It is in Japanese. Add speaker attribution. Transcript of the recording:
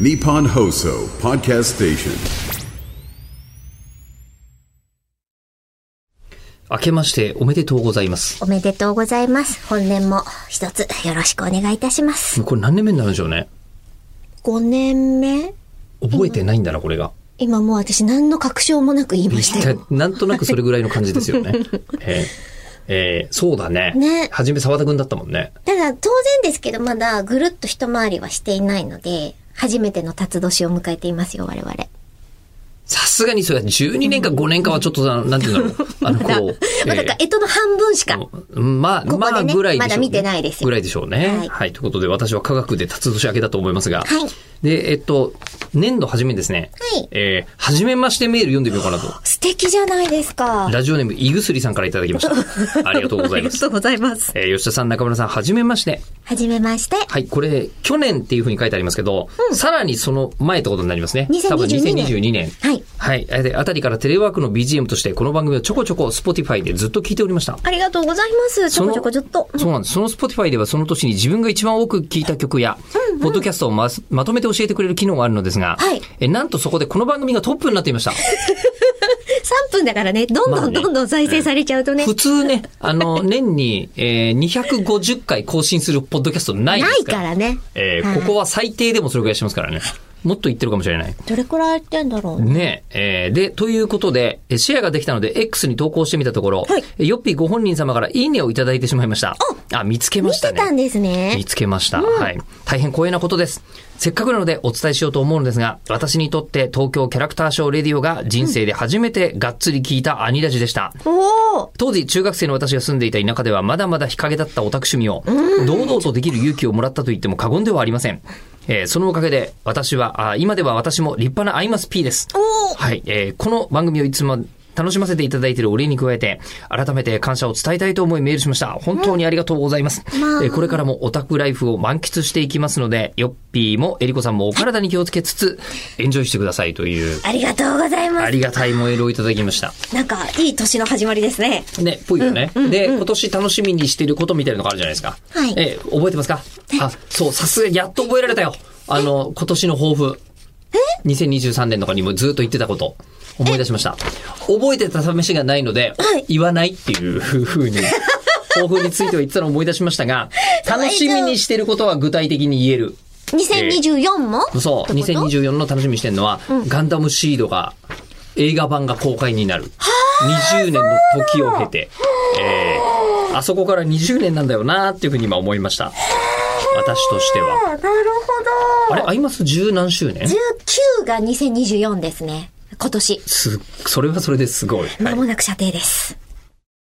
Speaker 1: Nippon Hoso Podcast Station.
Speaker 2: 明けましておめでとうございます。
Speaker 3: おめでとうございます。本年も一つよろしくお願いいたします。
Speaker 2: これ何年目になるんでしょうね。
Speaker 3: 5年目
Speaker 2: 覚えてないんだな、これが。
Speaker 3: 今もう私何の確証もなく言いましたよ。
Speaker 2: なんとなくそれぐらいの感じですよね。 えーえーそうだね。
Speaker 3: ね
Speaker 2: はじめ沢田くんだったもんね。
Speaker 3: ただ当然ですけどまだぐるっと一回りはしていないので、初めての辰年を迎えていますよ、我々。
Speaker 2: さすがにそれは12年か5年かはちょっとな、なんてい うんだろう。あの、こう。
Speaker 3: まあなんか干支の半分しか。
Speaker 2: うんまあ、
Speaker 3: ここ
Speaker 2: まあ、
Speaker 3: でね
Speaker 2: ぐらいでしょう、
Speaker 3: まだ見てないですよ
Speaker 2: ぐらいでしょうね。は。
Speaker 3: はいい
Speaker 2: ということで、私は科学で辰年明けだと思いますが。
Speaker 3: はい
Speaker 2: で、えっと、年度初めにですね。
Speaker 3: はい
Speaker 2: えー、初めましてメール読んでみようかなと。
Speaker 3: 素敵じゃないですか。
Speaker 2: ラジオネーム、いぐすりさんからいただきま した。ありがとうございます。
Speaker 3: ございます。
Speaker 2: えー吉田さん、中村さん、はじめまして。
Speaker 3: はじめまして。
Speaker 2: はい、これ、去年っていうふうに書いてありますけど、さらにその前ってことになりますね。多分
Speaker 3: 2022年
Speaker 2: 2022年。
Speaker 3: はい。
Speaker 2: はい。えーであたりからテレワークの BGM として、この番組をちょこちょこ Spotify でずっと聞いておりました。
Speaker 3: ありがとうございます。ちょこちょこちょっと。
Speaker 2: そうなんです。その Spotify ではその年に自分が一番多く聞いた曲や、ポッドキャストをまずまとめて教えてくれる機能があるのですが、
Speaker 3: はい
Speaker 2: えなんとそこでこの番組がトップになっていました。
Speaker 3: 3分だからね、どん
Speaker 2: ま
Speaker 3: ど
Speaker 2: あ
Speaker 3: ん
Speaker 2: ね
Speaker 3: どんどん再生されちゃうとね。
Speaker 2: 普通ね、あ の、年に、えー、250回更新するポッドキャストないで
Speaker 3: な
Speaker 2: す
Speaker 3: い
Speaker 2: から。
Speaker 3: からね。
Speaker 2: えー
Speaker 3: はい
Speaker 2: ここは最低でもそれぐらいしますからね。もっと言ってるかもしれない。
Speaker 3: どれくらいやってんだろう。
Speaker 2: ねえ、えーで、ということで、えーシェアができたので、X に投稿してみたところ、
Speaker 3: はい
Speaker 2: えーヨッピーご本人様からいいねをいただいてしまいました。あ、見つけま
Speaker 3: 見
Speaker 2: した
Speaker 3: て
Speaker 2: ね。
Speaker 3: たんですね。
Speaker 2: 見つけました。はい。大変光栄なことです。せっかくなのでお伝えしようと思うのですが、私にとって東京キャラクターショーレディオが人生で初めてがっつり聞いたアニラジでした。
Speaker 3: おお
Speaker 2: 当時中学生の私が住んでいた田舎ではまだまだ日陰だったオタク趣味を堂々とできる勇気をもらったと言っても過言ではありません。えーそのおかげで私は、あ今では私も立派なアイマス P です。
Speaker 3: おー
Speaker 2: はい、えーこの番組をいつも楽しませていただいているお礼に加えて、改めて感謝を伝えたいと思いメールしました。本当にありがとうございます。
Speaker 3: まあ
Speaker 2: えーこれからもオタクライフを満喫していきますので、ヨッピーもエリコさんもお体に気をつけつつ、エンジョイしてくださいという、
Speaker 3: ありがとうございま
Speaker 2: あ
Speaker 3: す。
Speaker 2: りがたいメールをいただきました。
Speaker 3: なんか、いい年の始まりですね。
Speaker 2: ね、ぽいよね。で、今年楽しみにしてることみたいなのがあるじゃないですか。
Speaker 3: はい
Speaker 2: え、覚えてますかあ、そう、さすが、やっと覚えられたよ。あの、今年の抱負。え ?2023 年とかにもずっと言ってたこと、思い出しました。覚えてた試しがないので、
Speaker 3: はい
Speaker 2: 言わないっていうふ うに、抱負につい ては言ってたのを思い出しましたが、楽しみにしてることは具体的に言える。
Speaker 3: 2024も、
Speaker 2: そう、
Speaker 3: ってこと
Speaker 2: 2024の楽しみにしてるのは、ガンダムシードが映画版が公開になる。20年の時を経て、えーあそこから20年なんだよなっていうふうに今思いました。私としては。
Speaker 3: なるほ
Speaker 2: あれ、アイマス十何周年
Speaker 3: ど。19が2024ですね。今年。
Speaker 2: す、それはそれですごい。は
Speaker 3: 間
Speaker 2: い
Speaker 3: もなく射程です。